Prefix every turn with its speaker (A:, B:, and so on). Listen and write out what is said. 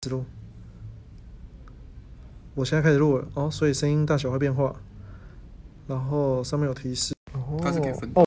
A: 只录。我现在开始录了哦，所以声音大小会变化，然后上面有提示。
B: 它是给分
A: 哦